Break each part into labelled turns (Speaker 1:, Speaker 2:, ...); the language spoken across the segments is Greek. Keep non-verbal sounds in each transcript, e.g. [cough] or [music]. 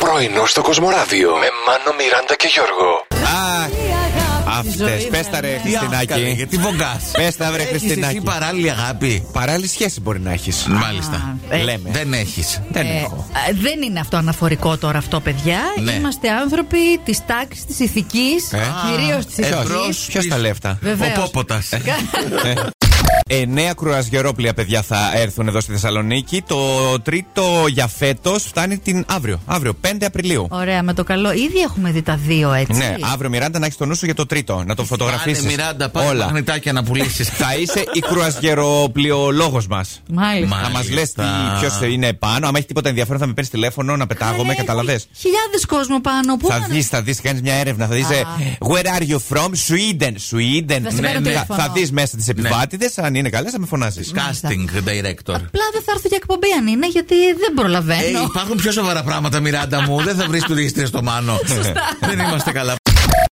Speaker 1: Πρωινό στο Κοσμοράδιο με Μάνο, Μιράντα και Γιώργο.
Speaker 2: Α, αυτές.
Speaker 3: ζωή,
Speaker 2: Πες τα ρε,
Speaker 3: βέβαια.
Speaker 2: Χριστινα- Χριστινάκη.
Speaker 4: Χριστινάκη. Γιατί βογκάς.
Speaker 2: Πες τα, βρε, Χριστινάκη.
Speaker 4: Εσύ παράλληλη αγάπη.
Speaker 2: Παράλληλη σχέση μπορεί να έχεις.
Speaker 4: Μάλιστα.
Speaker 3: ε.
Speaker 2: Λέμε.
Speaker 4: Δεν έχεις.
Speaker 2: Δεν
Speaker 3: Ε,
Speaker 2: έχω.
Speaker 3: α, δεν είναι αυτό αναφορικό τώρα αυτό, παιδιά.
Speaker 4: Ναι.
Speaker 3: Είμαστε άνθρωποι της τάξης, της ηθικής,
Speaker 2: Ε.
Speaker 3: κυρίως της
Speaker 4: Ε,
Speaker 3: ηθικής.
Speaker 4: μπρος.
Speaker 2: Ποιος τα λέει αυτά.
Speaker 3: Βεβαίως. Ε,
Speaker 4: Ο Πόποτας.
Speaker 2: Ε, νέα κρουαζιερόπλια, παιδιά, θα έρθουν εδώ στη Θεσσαλονίκη. Το τρίτο για φέτος φτάνει την αύριο. Αύριο, 5 Απριλίου.
Speaker 3: Ωραία, με το καλό. Ήδη έχουμε δει τα δύο έτσι.
Speaker 2: Ναι, αύριο Μιράντα να έχεις το νου σου για το τρίτο. Να το φωτογραφίσει.
Speaker 4: Πάνε Μιράντα, πάρε
Speaker 2: Όλα.
Speaker 4: μαγνητάκια να πουλήσεις.
Speaker 2: [laughs] Θα είσαι η κρουαζιεροπλιολόγο μας.
Speaker 3: Μάλιστα.
Speaker 2: Να μα
Speaker 4: Μάλιστα.
Speaker 2: λε ποιος είναι επάνω. Άμα έχει τίποτα ενδιαφέρον, θα με παίρνεις τηλέφωνο να πετάγομαι. Καταλαβέ.
Speaker 3: Χιλιάδε Ε, κόσμο πάνω. Πού
Speaker 2: Θα
Speaker 3: να-
Speaker 2: δεις, θα δεις, κάνεις μια έρευνα. Θα δεις. Where are you from? Sweden. Sweden. Ναι,
Speaker 3: Θα σε παίρνω τηλέφωνο. Ε,
Speaker 2: Θα δεις μέσα τις επιβάτηδες. Αν είναι καλές, θα με φωνάζεις.
Speaker 4: Casting director.
Speaker 3: Απλά δεν θα έρθω για εκπομπή αν είναι, γιατί δεν
Speaker 4: Ε,
Speaker 3: προλαβαίνω.
Speaker 4: υπάρχουν πιο σοβαρά πράγματα, Μιράντα μου. Δεν θα βρεις τουρίστε στο μάνο. Δεν είμαστε καλά.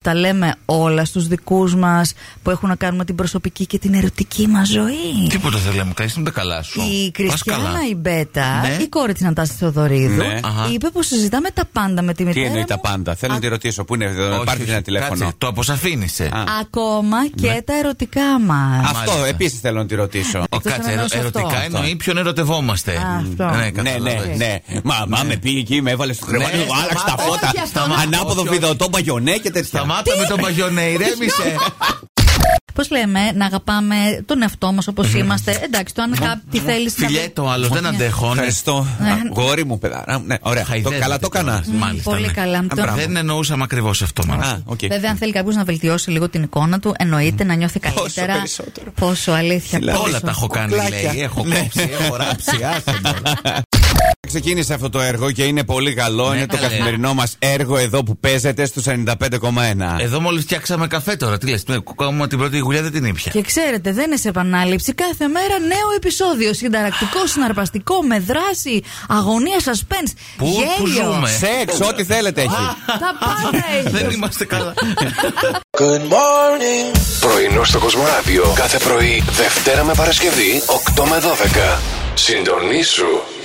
Speaker 3: Τα λέμε όλα στους δικούς μας που έχουν να κάνουν με την προσωπική και την ερωτική μας ζωή.
Speaker 4: Τίποτα δεν λέμε. Καλή τα καλά σου.
Speaker 3: Η
Speaker 4: Πας
Speaker 3: Κριστιανά
Speaker 4: καλά.
Speaker 3: η Μπέτα,
Speaker 4: Ναι.
Speaker 3: η κόρη της Νατάσσα Θεοδωρίδου,
Speaker 2: Ναι.
Speaker 4: Αχα.
Speaker 3: είπε που συζητάμε τα πάντα με τη
Speaker 2: Τι
Speaker 3: μητέρα.
Speaker 2: εννοεί
Speaker 3: μου.
Speaker 2: τα πάντα. Θέλω να τη ρωτήσω πού είναι εδώ.
Speaker 4: Όχι,
Speaker 2: Ε, Πάρτε
Speaker 4: όχι,
Speaker 2: ένα τηλέφωνο.
Speaker 4: κάτσε, Το αποσαφήνισε.
Speaker 3: Ε,
Speaker 2: Α.
Speaker 3: Ακόμα και
Speaker 4: Ναι.
Speaker 3: τα ερωτικά μας.
Speaker 2: Αυτό
Speaker 4: Μάλιστα.
Speaker 2: επίσης θέλω να τη ρωτήσω.
Speaker 4: Ο,
Speaker 3: Εκτός
Speaker 4: Κάτσε,
Speaker 3: αν εννοείς
Speaker 4: ερω- ερωτικά
Speaker 3: αυτό.
Speaker 4: εννοεί ποιον ερωτευόμαστε.
Speaker 3: Α, αυτό.
Speaker 4: Ναι,
Speaker 2: Ναι, ναι,
Speaker 4: καταλαβαίνεις.
Speaker 2: ναι. Ε, Μαμά με πήγε εκεί, με έβαλε στο κρεβάτι,
Speaker 4: Ναι,
Speaker 2: μου άλλαξε τα
Speaker 4: σταμάτα.
Speaker 2: φώτα.
Speaker 3: Όχι, αυτό να-
Speaker 2: Ανάποδο
Speaker 4: Όχι, όχι.
Speaker 2: βιδωτό παγιονέ και τέτοια.
Speaker 4: Σταμάτα με τον παγιονέ, ηρέμησε.
Speaker 3: Πώς λέμε, να αγαπάμε τον εαυτό μας όπως είμαστε. Εντάξει, το αν κάτι θέλει.
Speaker 4: Φιλιέ το άλλο, δεν αντέχω. ναι.
Speaker 2: Ευχαριστώ.
Speaker 3: Ναι.
Speaker 2: Α, Γόρι μου, παιδά. Α, Ναι, ωραία. Το
Speaker 4: Χαϊδεύεται
Speaker 2: καλά το έκανα.
Speaker 4: κιόλας. Μάλιστα,
Speaker 3: Πολύ
Speaker 4: ναι.
Speaker 3: καλά.
Speaker 4: Α,
Speaker 3: Το-
Speaker 4: μπράβο. Δεν εννοούσαμε ακριβώς αυτό, μάλλον.
Speaker 2: Α, οκ.
Speaker 3: Βέβαια, αν θέλει κάποιος να βελτιώσει λίγο την εικόνα του, εννοείται να νιώθει καλύτερα.
Speaker 2: περισσότερο.
Speaker 3: Πόσο αλήθεια.
Speaker 2: Φιλά.
Speaker 3: πόσο.
Speaker 4: Όλα τα έχω κάνει,
Speaker 2: Κουκλάκια.
Speaker 4: λέει. Έχω
Speaker 2: Ναι.
Speaker 4: κόψει, έχω ράψει. άσε με.
Speaker 2: Ξεκίνησε αυτό το έργο και είναι πολύ καλό. είναι το
Speaker 4: Ναι, καλέ.
Speaker 2: καθημερινό μας έργο εδώ που παίζεται στους 95,1.
Speaker 4: Εδώ μόλις φτιάξαμε καφέ τώρα. Τι λες, ακόμα την πρώτη γουλιά δεν την ήπια.
Speaker 3: Και ξέρετε, δεν είναι σε επανάληψη. Κάθε μέρα νέο επεισόδιο. Συνταρακτικό, συναρπαστικό, με δράση, αγωνία, suspense.
Speaker 4: Πού-
Speaker 3: γέλιο.
Speaker 4: πού ζούμε?
Speaker 2: Σεξ, ό,τι θέλετε έχει.
Speaker 3: Τα πάντα έχει.
Speaker 4: Δεν είμαστε καλά.
Speaker 1: Πρωινό στο Κοσμοράδιο κάθε πρωί, Δευτέρα με Παρασκευή, 8 με 12. Συντονίσου.